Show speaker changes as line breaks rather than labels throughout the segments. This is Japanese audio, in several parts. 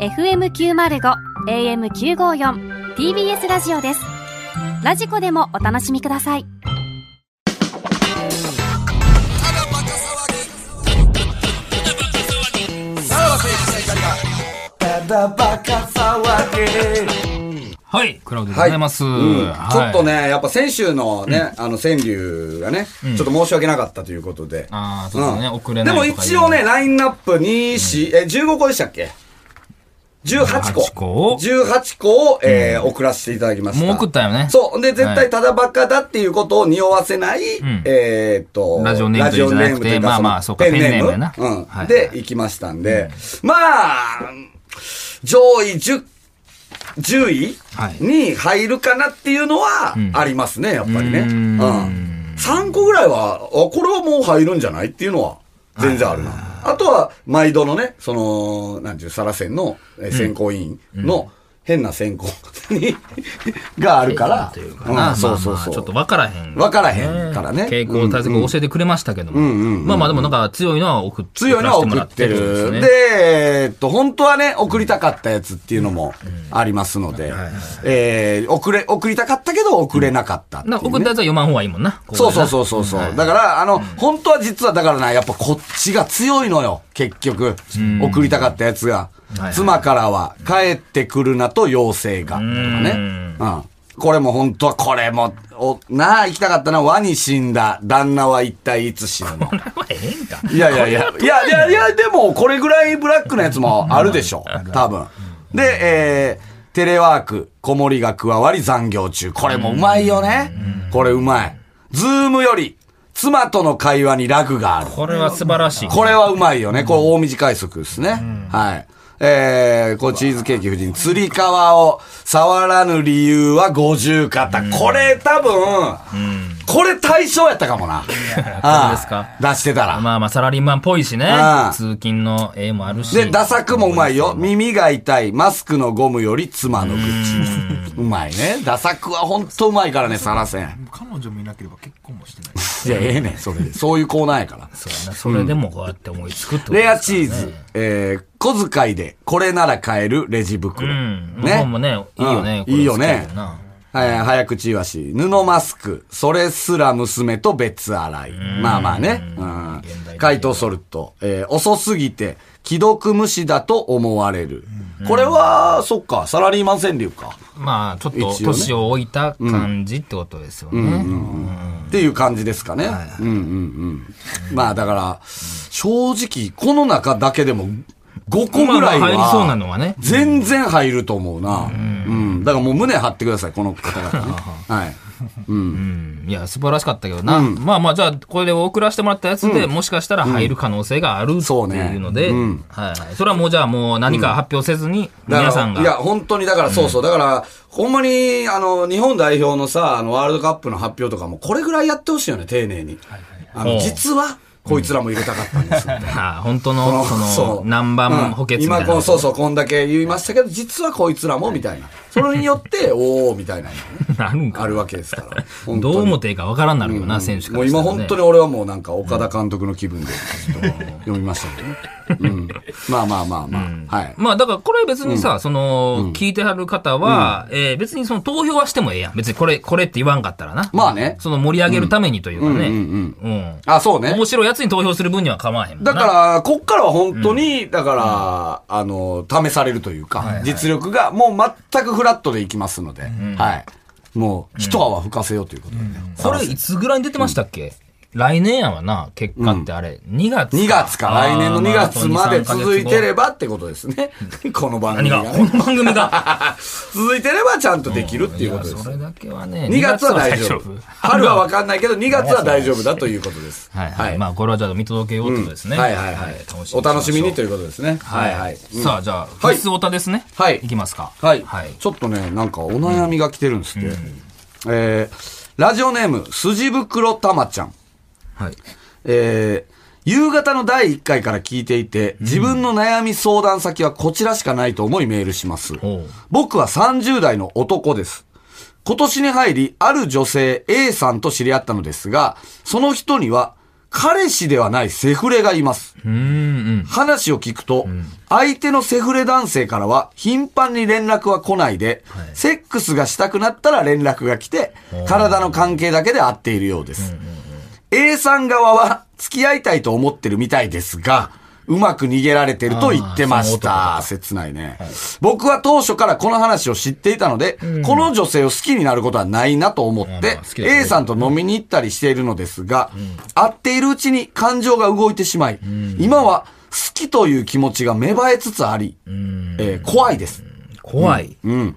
FM905 AM954 TBS ラジオですラジコでもお楽しみください
はい、クラウドでございます。
うん
はい
ちょっと。ね、やっぱ先週のね、あの、川柳がね、ちょっと申し訳なかったということで。
ああ、そうですね、
うん
遅れ
で
ないと
も
かいう
一応ね、、ラインナップ2、4、え、15個でしたっけ ?18 個。
18個を
18個を、えー送らせていただきました。
もう送ったよね
そう。で、絶
は
対
い
ただバカだっていうことを匂わせない、
ん
えーっと、
ラジオネームというじゃなくて
ラジオネームというか
まあまあ
その
そう
ペン
か
ネーム
ペンネームやな
うん。
はい
で、
はい
行きましたんで、まあ、上位10、10位
はい
に入るかなっていうのは
ん
ありますね、やっぱりね。う
うー
ん
ん。
3個ぐらいは、あこれはもう入るんじゃないっていうのは、全然あるな。あとは、毎度のね、その、なんていう、サラセンのえー選考委員の変な選考に があるから
というかな、まあま
う
あ
んそうそうそう。
ちょっと分からへん。
分からへんからね
傾向対策を教えてくれましたけども。
んうんうん
まあまあでもなんか強いのは送って
強いのは送って
送らせてもらってる
る。
ん
で
ですね
えーっと、本当はね、送りたかったやつっていうのもありますので、えー送れ、送りたかったけど送れなかったっていうね
な送ったやつは読まん方がいいもんな。ここ
そう
でな
そうそうそうそう。だから、あの、本当は実はだからな、やっぱこっちが強いのよ、結局。送りたかったやつが
いは。い
妻からは、帰ってくるなと要請が。とかね。うん。これも本当は、これも、お、なあ、行きたかったな、ワニ死んだ、旦那は一体いつ死ぬの。
まあええんか。
いやいやいや、 いやいやいや、でも、これぐらいブラックのやつもあるでしょ。多分。で、えー、テレワーク、子守が加わり残業中。これもうまいよね。これうまい。ズームより、妻との会話にラグがある。
これは素晴らしい。
これはうまいよね。これ大短い速ですね。はい。えー、こうチーズケーキ夫人、釣り革を触らぬ理由は五十肩。これ多分、これ対象やったかもな。
本当ですか
ああ出してたら。
まあまあサラリーマンっぽいしね
ああ。
通勤の絵もあるし。
で、ダサくもうまいよ。耳が痛い。マスクのゴムより妻の愚痴。うまいね。ダサくはほんとうまいからね、サラセン。
彼女もいなければ結婚もしてない。
いや、ええねん、それで。そういうコーナーやから。
そうやなそれでもこうやって思いつくってことです
レ
から
ア
ね
チーズ、えー、小遣いで、これなら買えるレジ袋。
うん。日本もね、いいよね。
うん
これ
いいよね
好きやな
はい、早口言わし、布マスク、それすら娘と別洗い。まあまあね。うん。回答ソルト、えー遅すぎて、既読無視だと思われる。これは、そっか、サラリーマン川柳か。
まあ、ちょっ
一応
と、
ね
年を置いた感じってことですよね。
っていう感じですかね。うんうんうん。まあだから、正直、この中だけでも5個ぐらい
まあまあ入りそうなの
は
はね、
全然入ると思うな。うん。だからもう胸張ってください、この方々 ね。はい。
うん。いや、素晴らしかったけどな。まあまあ、じゃあ、これで送らせてもらったやつで、もしかしたら入る可能性があるって
そうね
いうので、はいはい。それはもう、じゃあもう何か発表せずに、
だから
皆さん
いや、
が。
本当に、だから、そうそう。だから、ほんまに、あの、日本代表のさ、あの、ワールドカップの発表とかも、これぐらいやってほしいよね、丁寧に。あ
お
の、
う
実は、こいつらも入れたかったんです。
ああ本当の、 その、何番補欠みたい
今
な
こう、そうそう、こんだけ言いましたけど、実はこいつらも、みたいな。それによって、 おおみたいなのね、
なるんか。
あるわけですから。本当に
どう思っていいかわからんなるよな、選手か
も
ら
う
した
今
らね。
本当に俺はもうなんか岡田監督の気分でちょっと読みましたけどね。うん。まあまあまあまあ。はい。
まあだからこれ別にさ、その、聞いてはる方は、えー別にその投票はしてもええやん。別にこれ、これって言わんかったらな。
まあね
その盛り上げるためにというかね。
うんうん
うん
あ、そうね。
面白いやつに投票する分には構わへんもんな
だから、こっからは本当に、だから、あの、試されるというか、実力がもう全くフラットでいきますので、はい。もう、一泡吹かせようということでね。
これいつぐらいに出てましたっけ、来年やわな、結果ってあれ。2月。
2月か、来年の2月まで続いてれば
ば。
ってことですね。この番
何
組が
が、
ね、
この番組が。
続いてればちゃんとできるっていうこと
や
です
そ。れだけはね。
2月は大丈夫。春はわかんないけど、2月は大丈夫だということです。
はいはい、まあこれはじゃあ見届けようってことですね。
はいはいはい。お楽しみにということですね。はいはい。うん
さあ、じゃあ、フェスオタですね。
はい
いきますか。
はい、
はい。
ちょっとね、なんかお悩みが来てるんですって。えー、ラジオネーム、筋袋たまちゃん。
はい。
えー、夕方の第1回から聞いていて、自分の悩み相談先はこちらしかないと思いメールします。
おう
僕は30代の男です。今年に入り、ある女性 A さんと知り合ったのですが、その人には、彼氏ではないセフレがいます。
うんうん。
話を聞くと、相手のセフレ男性からは頻繁に連絡は来ないで、セックスがしたくなったら連絡が来て、体の関係だけで会っているようです。A さん側は付き合いたいと思ってるみたいですが、うまく逃げられてると言ってまし
あ
た。切ないね、僕は当初からこの話を知っていたので、この女性を好きになることはないなと思っ
まあ
て
まあ好、きだよね
A さんと飲みに行ったりしているのですが、会っているうちに感情が動いてしまい、今は好きという気持ちが芽生えつつあり、えー怖いです。
怖い。
うん。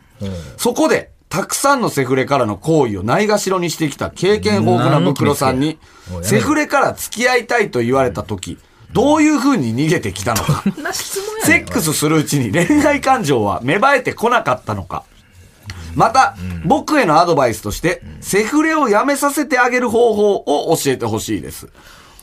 そこで、たくさんのセフレからの行為をないがしろにしてきた経験豊富なブクロさんに
何の気持ちだよ、
セフレから付き合いたいと言われた時、どういう風に逃げてきたのか。
そんな質問
セックスするうちに恋愛感情は芽生えてこなかったのか。また、僕へのアドバイスとして、セフレをやめさせてあげる方法を教えてほしいです。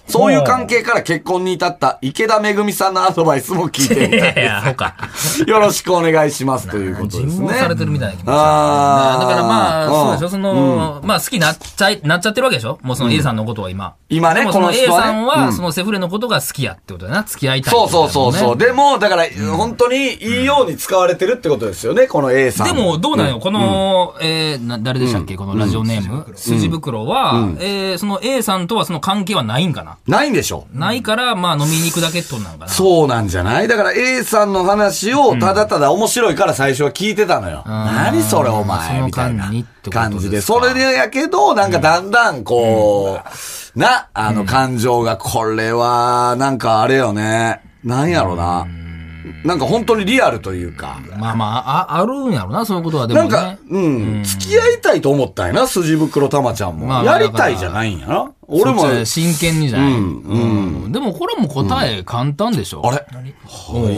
そういう関係から結婚に至った池田めぐみさんのアドバイスも聞いてみたい
い
で
や、そうか。
す。よろしくお願いしますということで
尋
す
問
ね。
されてるみたいな気持ちだね
あー
だからまあ、
うん
そうでしょ、その、まあ好きになっちゃい、なっちゃってるわけでしょもうその A さんのことは今。
今ね
でもその
この
A
人はね
さん
う
は、
ん
そのセフレのことが好きやってことだな。付き合いたいって
そ
こ
うそう
とだ
そ
もん
うそ
ね。
う。でも、だから、本当にいいように使われてるってことですよね、この A さん。
でも、どうなんよ、この、えーな誰でしたっけ、このラジオネーム、筋袋は、えーその A さんとはその関係はないんかな。
ないんでしょ
ないから、まあ、飲みに行くだけってことなのかな。
そうなんじゃないだから A さんの話をただただ面白いから最初は聞いてたのよ。何それお
その
前
間
みたいな
にってことですか
感じで。それでやけど、なんかだんだんこう、な、あの感情が、これは、なんかあれよね。なんやろな。なんか本当にリアルというか。
まあまあ、あ、あるんやろな、そういうことは。で
な
も
ん
ね。
か、うん、付き合いたいと思ったんやな、筋袋たまちゃん
ま
も。
あ
やりたいじゃないんやな。俺も
そっ、ちは真剣にじゃない、うんでもこれも答え簡単でしょ、
あれ早っ。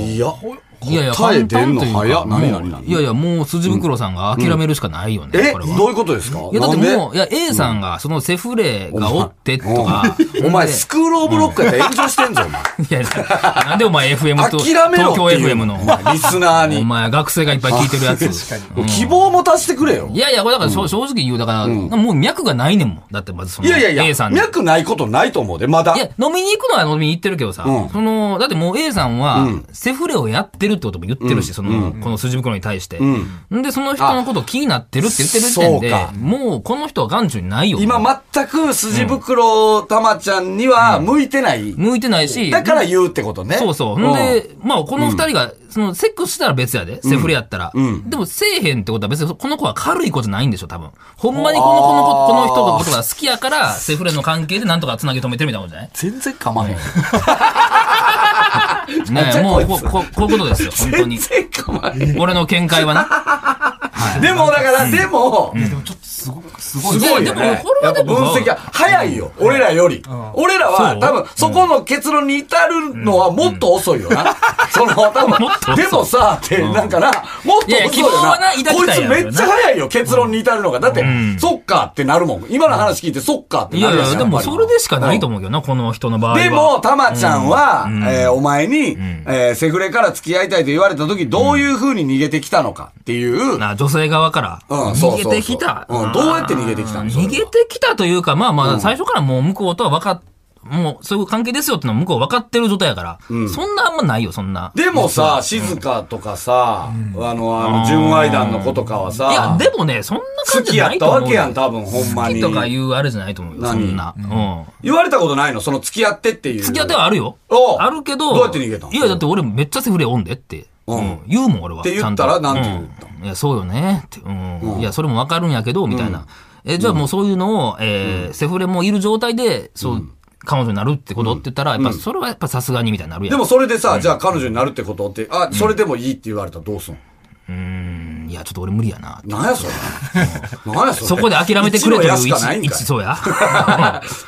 いやいや、
答え出んの
簡単という
早っ。
か
何
もう
何何
いやいや、もう筋袋さんが諦めるしかないよね、
え
これは。
どういうことですか
いや、だって
なん
もう、
で
いや、A さんが、そのセフレがおってとか
お、前お前、
で
スクールオブロックやったら炎上してんぞ、
いやいや なん でお前 FM と、
お前。諦めろっ
東
て
京
いう
FM の
お、前リスナー
お
に。
前、学生がいっぱい聞いてるやつ。うん
希望も足してくれよ
い。やいや、これだから、しょ正直言う、だから、もう脈がないねんもん。だって、まずその、
いやいやいや、
A さんに。
脈ないことないと思うで、まだ
い。や、飲みに行くのは飲みに行ってるけどさ、
うん
その、だってもう A さんは、セフレをやってるってことも言ってるし、その、この筋袋に対して。ん、で、その人のこと気になってるって言ってる時点で
あそうか、
もうこの人は眼中にないよ。
今全く筋袋たまちゃんには向いてない。
向いてないし、
だから言うってことね。
そうそう。
ん
んで、まあ、この二人が、その、セックスしたら別やで、セフレやったら。でも、せえへんってことは別に、この子は軽い子じゃないんでしょ、多分。ほんまにこの子のこ、この人のことが好きやから、セフレの関係でなんとか繋ぎ止めてるみたいなことじゃない
全然構まへん。
ね
じゃ
え、
あ
も
こ
う、こ
いつ
う、こうこういうことですよ、本当
全
に。
然構へん。
俺の見解はな。
でも、だから、でも、
でもちょっとすごく、すごい。
すごい
いや
よ
でも
ね
こ。れ
やっぱ
はでも
分析は早いよ。俺らより。俺ら
そ
は
う
多分そこの結論に至るのはもっと遅いよな。その多
もっ
分。
と遅
で
い
もさ、ってなんかな、もっと遅い
いや希
よ
望はな
な。
抱
こい
き
つ
たいやろな
めっちゃ早いよ、結論に至るのが。だって
ん、
そっかってなるもん。今の話聞いてそっかって
い
な
や
る
い
やん
や、で
や
も
っぱり
それでしかないと思うけどな、この人の場合は。
でも、たまちゃんは、えーお前に、えーセフレから付き合いたいと言われた時、どういう風に逃げてきたのかっていう、
な、女性側から。
うんそうそう
逃げ
そう
てきた。
うんどうやって逃げてきたのそれは
逃げてきたというか、まあまあ、最初からもう向こうとは分かっ、もう、そういう関係ですよってのは向こう分かってる状態やから。そんなあんまないよ、そんな。
でもさ、静かとかさ、あの、あの、純愛団の子とかはい
や
さ、、
でもね、そんな
好
感じ
き
じゃ
や
な
っ
い
た
と思う
わ
よ。
けやん、多分、ほんま
好
に
き。とかいうあれじゃないと思うよ、そんな。うん。
言われたことないのその付き合ってっていう。
付き合ってはあるよ
おう。
あるけど。
どうやって逃げたん
いや、だって俺めっちゃセフレおんでって。
うん
うん言うもん、俺は。
って言ったら
ちゃと
なんて言った
うんいや、そうよね。ってうん。いや、それもわかるんやけど、みたいな。え、じゃあもうそういうのを、えー、セフレもいる状態で、そう、彼女になるってことって言ったら、やっぱそれはやっぱさすがにみたいになるや
で
ん。
もそれでさ、じゃあ彼女になるってことって、あ、それでもいいって言われたらどうす んの
うんいや、ちょっと俺無理や な。
なんやそれ。なんやそれ。
そこで諦めてくれ
一の
という
矢しかないん
一、
か
一そうや。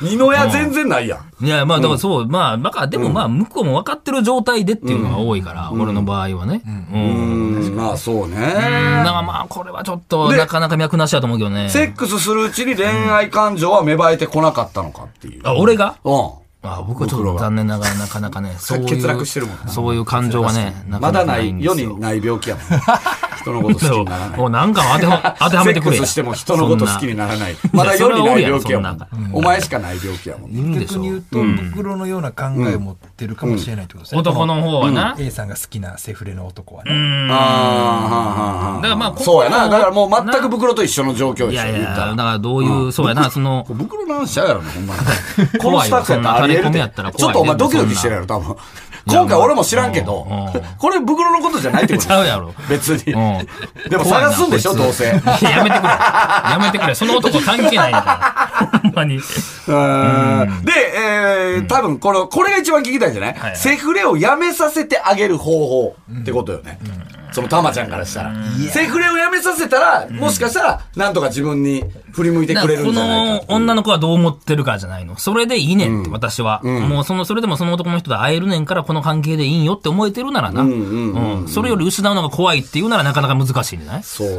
い。二の矢全然ないやん。
いや、まあ、だからそう、まあ、だから、でもまあ、向こうも分かってる状態でっていうのが多いから、俺の場合はね。うん
うん、まあそう
だか
ね。
らまあ、これはちょっと、
で
なかなか脈なしだと思うけどね。
セックスするうちに恋愛感情は芽生えてこなかったのかっていう。
あ、俺が
うん。
あ僕はちょっと残念ながらな かなかね、そういう、
欠落してるもんな
そういう感情がね、なか
まだ
なか
な
ないいん、です
世
よ。
にない病気やもん。人のこと好き にならない
もうなんか当 ては当てはめてく
セッ
れや。
クスしても人のこと好きにならない。まだ世にない病気やもん。お前しかない病気やもん。
いるでし
逆
ょ
に言うと、袋のような考えを持ってるかもしれないってことですね。
男の方はな。
この A さんが好きなセフレの男はね。
ああ、はあ、はあ。
だからまあここ
そうやな。だからもう全く袋と一緒の状況で
い
しょ
やい
言
や、
っ
だ
た
かららどういう、そう やな、その
こ、れ袋なんしゃうやろな、ほんまに。この
怖
ス
い
タッフ
わ
やったらありえる
そんなタレコミ
で
やったら
ちょ
怖
っ
い
とお前
で
ド
も
キドキし
そ
て
ん
る
な
やろ、多分。今回俺も知らんけど
うんうん、
これ袋のことじゃないってこと
ちゃうやろ
別に。
うん
でも探すんでしょ、ど
怖いな
うせ。
い ややめてくれ。やめてくれ。その男関係ないん だから。ほんまに。
うんで、えー、多分この、これが一番聞きたいんじゃない、
はいはい
セフレをやめさせてあげる方法ってことよね。そのたまちゃんからしたら。セフレをやめさせたら、もしかしたら、なんとか自分に振り向いて
だ
く
か
れ
ら
る
こ
んじゃない
の
かと。
女の子はどう思ってるかじゃないの。それでいいねんって、私は。もうその、それでもその男の人と会えるねんから、この関係でいいんよって思えてるならな。うんそれより失うのが怖いっていうならなかなか難しいんじゃない
そうね。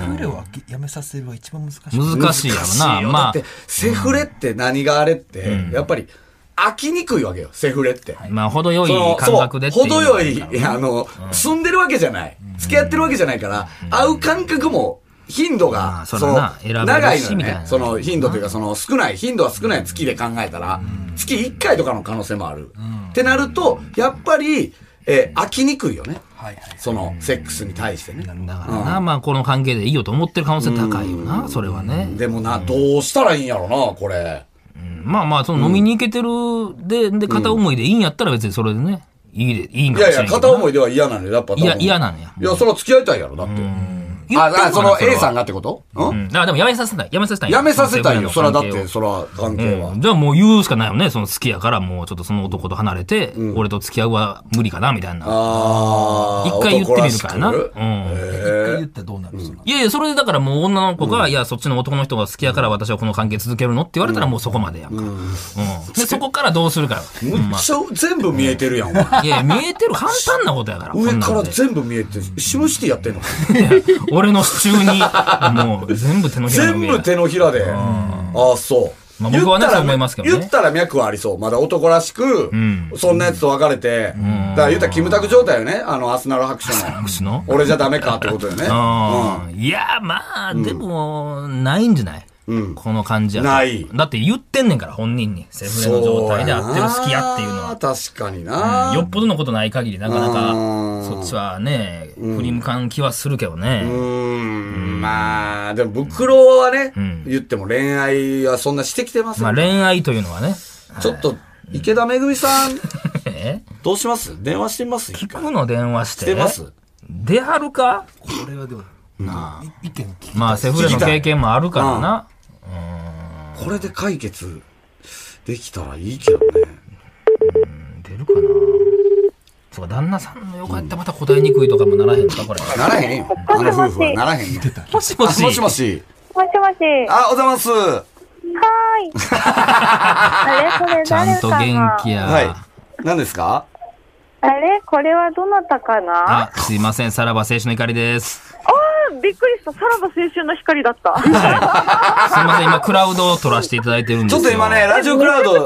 セフレをやめさせるは一番難しい。
難しいやろ
難
な。
しいよだ
ま
っ
あ
て、、セフレって何があれって、やっぱり、飽きにくいわけよ、セフレって。
まあ、程よい
その
感覚でって
そう
いう。
程よい、いやあの、住んでるわけじゃない。付き合ってるわけじゃないから、会う感覚も、頻度
ま
が、
あそ
そ
ら
の
な、選べるし
長いのよ
みたい
ね
な。
その、頻度というか、その、少ない、頻度は少ない月で考えたら、月1回とかの可能性もある。ってなると、やっぱり、えー、飽きにくいよね。
はいはい。
その、セックスに対してね。
だからな、まあ、この関係でいいよと思ってる可能性高いよな、それはね。
でもな、どうしたらいいんやろな、これ。
まあまあ、その飲みに行けてるで、で、片思いでいいんやったら別にそれでね、いいで、いいん
い
かも
や
し
い
れん
や、
けどな。
片思いでは嫌なのよ、やっぱ。
いや嫌なんや
いや、それは付き合いたいやろ、だって。
言
あ
ったのかな
あ、その
れは
A さんがってこと
うんん。だからでもやめさせたい。やめさせたい。
やめさせたいよ、それはだっ
関係
て、
を
それは関係は
う。んじゃあもう言うしかないよね。その好きやからもうちょっとその男と離れて、俺と付き合うは無理かな、みたいな。
ああ。
一回言ってみるからな。う
男らしく
ん。
一回言ったらどうなるその
いやいや、それでだからもう女の子が、いや、そっちの男の人が好きやから私はこの関係続けるのって言われたらもうそこまでやんか。うん。で、そこからどうするかよ。
むっちゃ全部見えてるやん、お前。
いやいや、見えてる簡単なことやから。こんな
上
ん
から
で
全部見えてる。シムシティやってんの
俺の支柱に、もう全部手のひらの
全
上や
部手のひらで。ああ、そう。
まあ僕はね
言ったら
そう思いますけどね
言ったら脈はありそう。まだ男らしく、そんなやつと別れて、だから言ったらキムタク状態よね。あの、アスナル白書の。
口の。
俺じゃダメかってことよね。
うんいや、まあ、でも、ないんじゃないこの感じやと
ない
だって言ってんねんから、本人に。セフレの状態で会ってる好きやっていうのは。
確かにな、
よっぽどのことない限り、なかなか
うん、
そっちはね、振り向かん気はするけどね。
うーんまあ、でも、袋はね、
ん
言っても恋愛はそんなしてきてません
まあ、
から、
恋愛というのはね。
ちょっと、池田めぐみさん、
え
どうします電話してみます
聞くの電話し。
しててます
出はるか
これはでも、い意見聞き
まあ、セフレの経験もあるからな。
これで解決できたらいいけどね。
出るかなそうか旦那さんの横やってまた答えにくいとかもならへんかこれ。
ならへんよ。あの夫婦はならへんよ。
もしも
あ
し。
もしもし。
もしもし。は
あ、おはようございます。
ーい。あれこれ
ちゃ
誰
んと
か
元気
な
や。
はい。何ですか
あれこれはどなたかなあ
あ、すいません。さらば青春の怒りです。
ーびっくりした。さらば青春の光だった。ち
すいません。今、クラウドを撮らせていただいてるんで
ち
す
ょっ
よ。
と今ね、。ラジオクラウド、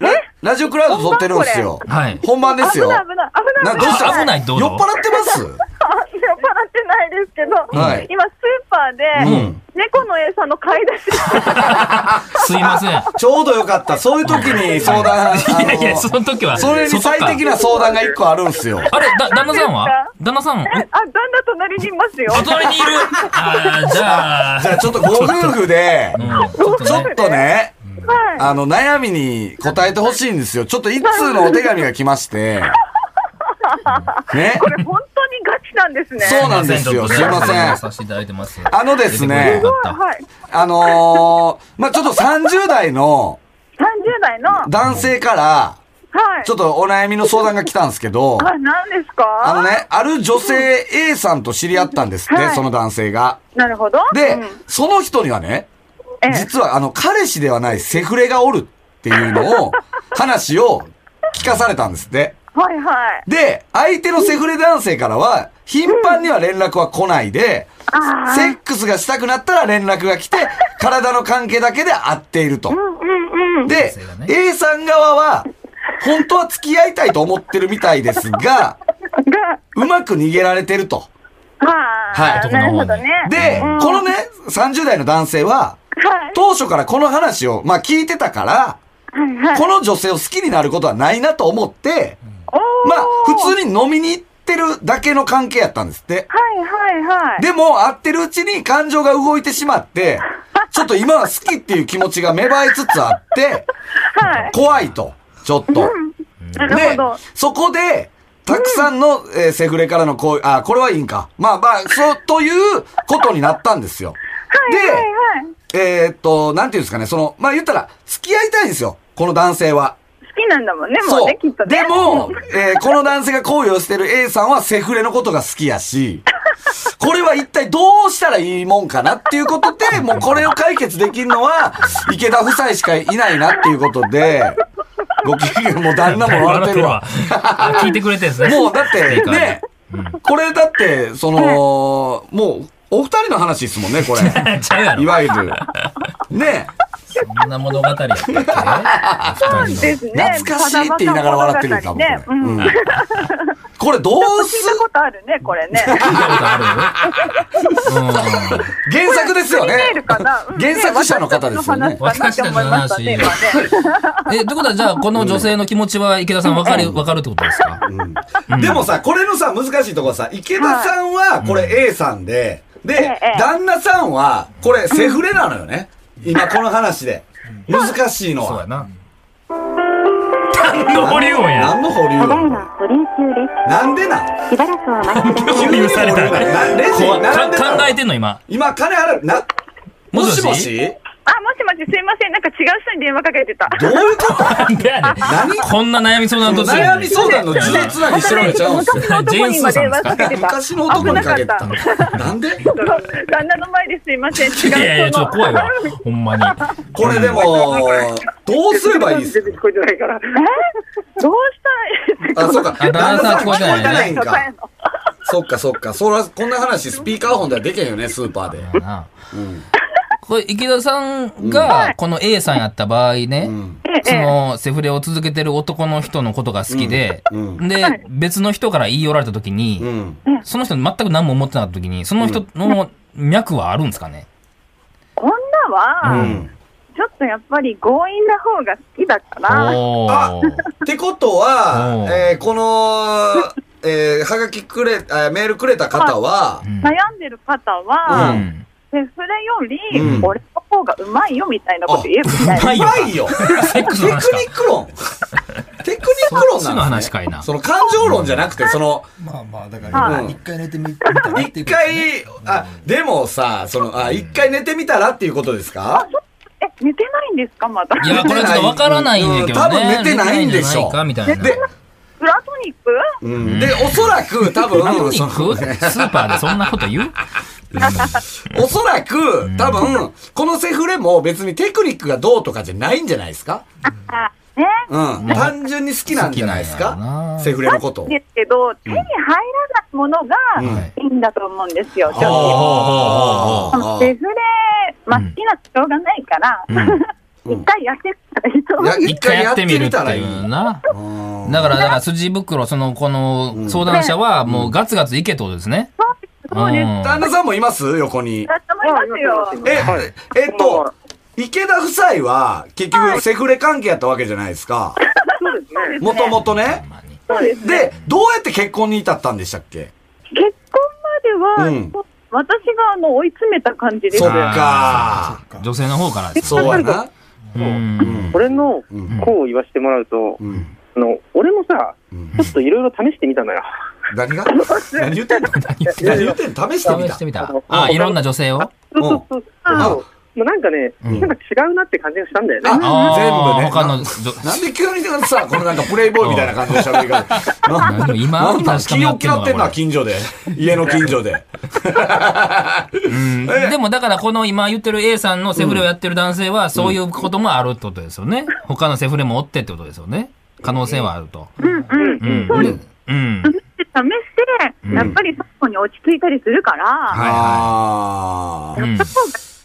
ララジオクラウド撮ってるんですよ。
はい。
本番ですよ。
危ない危な
な
い危ない
どうした
あ危ないどう
酔
ぞ
っ払ってます
あ酔っ払ってないですけど、
はい
今スーパーで、
うん
猫の餌の買い出し
すいません。い
ちょうどよかった。そういう時に相談。
やい
あ
や、
の
その時は。
それに最適
な。
な相談が一個あるんすよ。
あれ、だ、旦那さんは旦那さん、ん
あ、だんだん隣にいますよ。
お隣にいる。あーじゃあ。
じゃあちょっとご夫婦で、
うんちょっと
ちょ
ね
っ。とね、
はい。
あの、悩みに答えてほしいんですよ。ちょっと一通のお手紙が来まして。ね
これ本当にガチなんですね。
そうなんですよ
ちょっとね
すいません
させていただいてます。
あのですね
出てこれなかっ
はい。
あのー、まあ、ちょっと30代の
30代の、はい。
男性から、ちょっとお悩みの相談が来たんですけど、
あ、何ですか
あのね、ある女性 A さんと知り合ったんですって、
はい
その男性が。
なるほど。
で
うん、
その人にはね、
ええ
実はあの、彼氏ではないセフレがおるっていうのを、話を聞かされたんですって。
はいはい。
で、相手のセフレ男性からは、頻繁には連絡は来ないで、
あー
セックスがしたくなったら連絡が来 て、体の関係だけで会っていると。で
性が、ね
A さん側は、本 当は付き合いたいと思ってるみたいですが、
が、
うまく逃げられてると。
は
男
い。
の
なる
方
ほ
に
どね。
で
うん、
このね、30代の男性は、
はい。
当初からこの話を、まあ聞いてたから、
はいはい。
この女性を好きになることはないなと思って、
おー
まあ普通に飲みに行ってるだけの関係やったんですって。
はいはいはい。
でも、会ってるうちに感情が動いてしまって、ちょっと今は好きっていう気持ちが芽生えつつあって、
はい。
怖いと、ちょっと。
なるほ
で
ど。、
そこで、たくさんの、えーセフレからの声、あ、これはいいんか。まあまあ、そう、 ということになったんですよ。
はいはい。
で、えーっと、なんていうんですかね、その、まあ言ったら、付き合いたいんですよ、この男性は。
好きなんだもんね、もうね、きっとね。
でも、えーこの男性が恋をしてる A さんはセフレのことが好きや し、これは一体どうしたらいいもんかなっていうことで、もうこれを解決できるのは、池田夫妻しかいないなっていうことで、ご機嫌もう旦那も笑ってるわ。
あ聞いてくれてるんですね。
もうだっ
いい
て、
か
ね、これだって、その、もう、お二人の話ですもんね、これ。
ちゃうやろ
いわゆる。ね
そんな物語やったっけお二人の
ですね。
懐かしいって言いながら笑ってるよ多分
ね。
こ
う
れ
ん。
うん
聞い
これどうす
たことあるね、これ
聞
ね。
いたことある
原作ですよね
メールかな。うん
原作者の方ですよね
私の話かなって思いましたね、今ね。
うん。え、ということは、じゃあ、この女性の気持ちは池田さん分かる、分かるってことですか
でもさ、これのさ、難しいとこさ、池田さんは、これ A さんで、で
ええ、
旦那さんは、これセフレなのよね。今この話で。難しいの
そうや
は。
な。何の保留音や。
何の保留
ただい
音
ま保留中で
なんでなん
す。しばらくお待ちください。
保留された。
な レジ
こ
に
う
並
か
んでた
考
の
えてんの、今。
今金払う、な、も
も
し
し
も
もし
し
あ、もしもし、すいません。なんか違う人に電話かけてた。
どういうこと
なんでやねんこんな悩み相談と
悩み相談の事実つなぎしてるわけちゃうんですよ。
昔の男に今電話かけてた。
昔の男にかけてた
危
の
なかっ。
なんで
旦那の前ですいません。違う人
い
の。
やいや、ちょっと怖いわ。ほんまに。
これでも、どうすればいい です
全然聞こえてないから。えどうしたらい
あ、
いですか
そうか。
あ
旦那さん聞こえて
旦那さん
な
聞
いん
答え
か
の。
そっかそっか。そら、こんな話、スピーカーホンではできへんよね、スーパーで。
な
うん。
これ、池田さんが、この A さんやった場合ね、
うん。
ええ
そのセフレを続けてる男の人のことが好きで、
うん
で、
はい
別の人から言い寄られた時に、
うん。
その人全く何も思ってなかった時に、その人の脈はあるんですかね、
女は、
うん。
ちょっとやっぱり強引な方が好きだから、
おお
あってことは
お、う
えーこの、えー、はがきくれ、えーメールくれた方は、
悩んでる方
う
は、
ん。
セフレより
うん、
俺の方がうまいよみたいなこと言えばいいんだ
うま
よ。
いうよ
まいよ。
セック
テ
ス
クニ
の話
ッ
か。
ク論。テクニック論なんです、ね、
そっちの話かいな
その感情論じゃなくて、その、
まあまあ、だから、
はい
一回寝てみ見たらって
一
いうことですね
回、あ、でもさ、その、あ、一回寝てみたらっていうことですか
え、寝てないんですかまた。
いや、これちょっとわからないんだけどね。
多分寝てないんでしょ
寝てないんじゃないかみたい
で
な。、
プラトニック
うん、で、おそらく、多分、
何
そ
行
の
くスーパーでそんなこと言う
おそらく、多分、このセフレも別にテクニックがどうとかじゃないんじゃないですか
あね。
うん。単純に好きなんじゃないです
好きなんやろ
か
な
セフレのことを。
ですけど、手に入らないものが
ん
いいんだと思うんですよ、正
あ
直。
あ
そのセフレ、まあ好きなしょうがないから、一回やってみたらいいと思う
い や一回やってみるっていう
一回やってみるっていうな。だから、だから筋袋、その、この相談者はもうガツガツいけってことですね。
そうです。
ん
旦那さんもいます横に。
だと思いますよ。
え、えっと、池田夫妻は、結局、セフレ関係やったわけじゃないですか。
そうですね
もともとね。
そうですね。
で、どうやって結婚に至ったんでしたっけ
結婚までは、
うん
私があの追い詰めた感じです
そっ
よ。
か。
女性の方からです。
そうやな。
うん。
俺のこう言わせてもらうと、
うん。
あの俺もさ、ちょっといろいろ試してみたのよ。
何が何言ってんの何言ってんの試してみ
試
た
して。みた。あ、いろんな女性を
そ
う
う
ん
そうそう。そうもうなんかね、
ん
なんか違うなって感じがしたんだよね。
あ、
あ
全
ー
部ね。
他の
な
女
なんで急にさ、このなんかプレイボーイみたいな感じの喋り 方。な
何今
なんなん
確かめ
気
合
を
ってん
嫌
のか
ってんのは
こ
近所で。家の近 所で。
うんでもだからこの今言ってる A さんのセフレをやってる男性はそういうこともあるってことですよね。他のセフレもおってってことですよね。可能性はあると。
うんうん。
うん。うん。
試して、やっぱりそこに落ち着いたりするから、
あ
う
ー
ん。
だ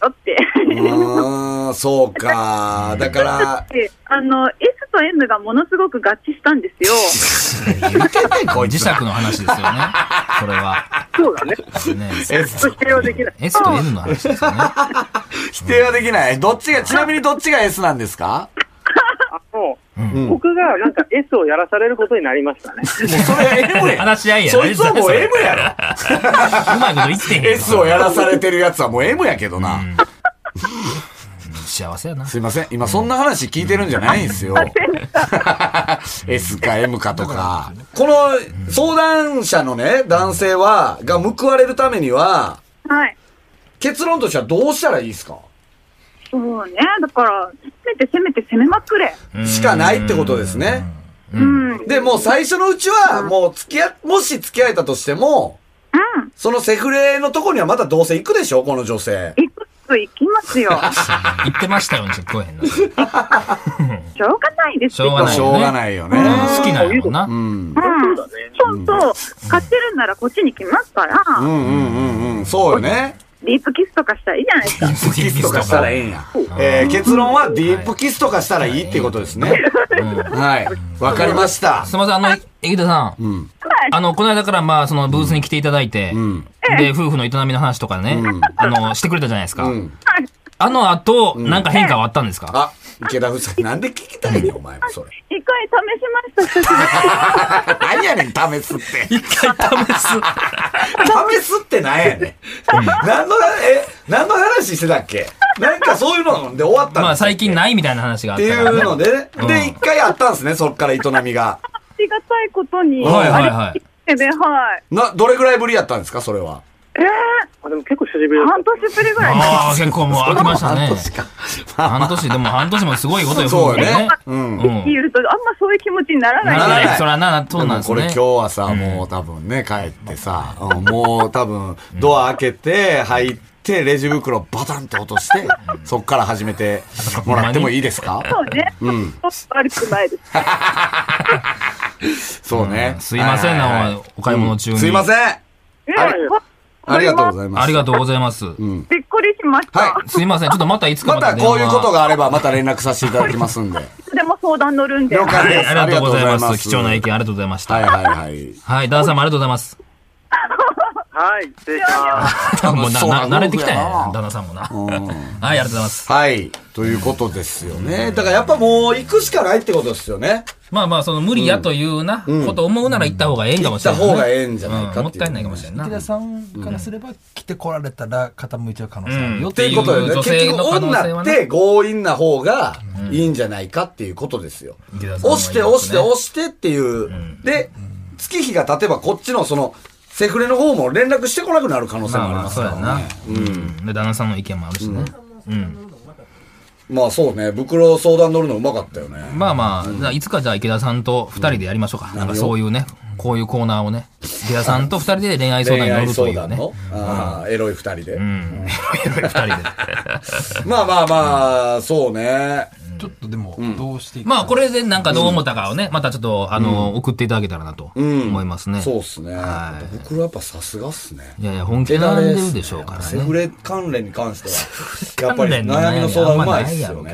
って。
うーん、そうか。だから、
であの、いつと M がものすごく合致したんですよ。
言ってない、こいつ。磁石の話ですよね。それは。
そうだね。
ね、
ちょっと否定はできない。
S と N の話ですよね。
否定はできない。どっちが、ちなみにどっちが S なんです か
あの、僕がなんか S をやらされることになりました
も
ね。
うそれ M や。
話し合いや
そいつはもう M や
うまいこと言ってへん
ろ。
よ
S をやらされてるやつはもう M やけどな。
幸せやな。
すいません。今そんな話聞いてるんじゃないんですよ。S か M かとか。この相談者のね、男性は、が報われるためには、
はい。
結論としてはどうしたらいいですか
そうね。だから、せめてせめて攻めまくれ。
しかないってことですね。
うん。うん。
で、もう最初のうちは、もう付き合、もし付き合えたとしても、そのセフレのとこにはまたどうせ行くでしょこの女性。
いくつ行きま すよ。
言ってましたよね、ちょっと来へんの。し
しょうがないです
ょう
よ。
がないよね。
しょうがないよね
うん好きなんやもんな。
うん。
うん。そうそう。買ってるんならこっちに来ますから、
うんうんうんうん。そうよね。
ディープキスとかしたらいいじゃないですか。
ディープキスとかしたらええんや。えー結論はディープキスとかしたらいいってことですね。はい。わかりました
す。みません、あの、池田さん。あの、この間から、まあ、そのブースに来ていただいて、
ん
で、夫婦の営みの話とかね、あの、してくれたじゃないですか。
ん
あの後、なんか変化はあったんですか、
あ、池田夫妻、なんで聞きたいねんお前もそれ。
一回試しました、久しぶり
何やねん、試すって。
一回試す。
試すってなんやねん。何の、え、何の話してたっけなんかそういうので終わったんですよ
まあ、最近ないみたいな話があっ
って
た
い
から、ね。
うのでね、
うん
で、一回あったんですね、そっから営みが。
ありがたいことに、
はいはいはい
あれってで、はい。
な、どれぐらいぶりやったんですか、それは。
えー、
あ、でも結構久しぶりだった
半。年ぶりぐらい。
ああ、結構もう飽きましたね。
半年か。
半年、でも半年もすごいことよ、
そうよ
夫婦
ね
ね。。
うん。
う
い
ん。
ると、あんまそういう気持ちになら
な
ないじ
ら
ゃない
ない。そらな、そうなんです
こ
ね。
れ今日はさ、もう多分ね、帰ってさ、うんもう多分、ドア開けて、入って、レジ袋バタンと落として、そっから始めてもらってもいいですか
そうね。悪くないです。
そうね。
すいませんな
ははは
お前お買い物中に
すいません。
あれ
ありがとうございます。
ありがとうございます。
びっくりしました。
は
すいません、ちょっとまたいつか
またこういうこと
が。
があれば、また連絡させていただきます んで。
いつでも相談乗るんで。
了解
は
で
い、
す。
ありがとうございます。貴重な意
は
見ありがとうございました。
い
はい、
はいはい。
ダンさんもありがとうございます。
はい、失礼し
uh,
ます。
もうな、
そう
な、慣れてきた
そうや
や、
なん
旦那さんもな。はい、ありがとうございます。
はい。ということですよね。だからやっぱもう行くしかないってことですよね。
まあまあ、その無理やというな、こと思うなら行った方がええんかもしれない。
行った方がええんじゃないかっていう
もったいないかもしれんな
池田
い。
さんからすれば、来てこられたら傾いちゃう可能性あるよ。
っていうことよね。
女
結
性
局
の可能性
女
は
っ
ね
て強引な方がいいんじゃないかっていうことですよ。
池田さんは
押して押して押してっていう。で、月日が経てばこっちのその、セフレの方も連絡してこなくなる可能性も
まあ
あり
まあ、
ます
そう
か
や
らね。
な。うん。で、旦那さんの意見もあるしね。
まあそうね。袋相談乗るのうまかったよね。
まあまあ、じゃあいつかじゃあ池田さんと二人でやりましょうか。なんかそういうね、こういうコーナーをね、池田さんと二人で恋愛相談に乗るというね。
の、ああ、エロい二人で。
うん。いろいろ二人で。
まあまあまあ、そうね。
ちょっとでも、どうしていくか
まあこれでなんかどう思ったかをね、またちょっと、あの、送っていただけたらなと思いますね。
そうっすね。
は
袋やっぱさすがっすね。
いやいや、本気で悩んでるでしょうから
セフ
ね。
レ関連に関しては、 やっぱり悩みの相談うまいっすよね。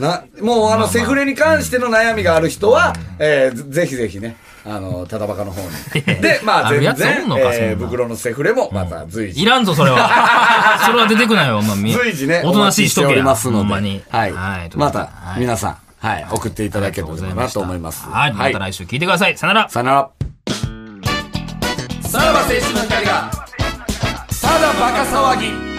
な、もうあの、セフレに関しての悩みがある人は、えーぜぜひぜひね、あの、ただバカ の方に。で、まあ
ある
全
やつお
然
んの、かそん
え
な
ー、袋のセフレもまた随
い
時。
らんぞ、それは。 それは出てくなよ、お前み
随時ね、
おとなしいしと
お待ちてお
け
り
や。
ますの
ほ
で。
んまに。
はい。
はい。
また、
はい
皆さん、はい、送っていただければなと思います。
はい。また来週聞いてください。さよなら。
さよなら。さらば青春の光が、ただバカ騒ぎ。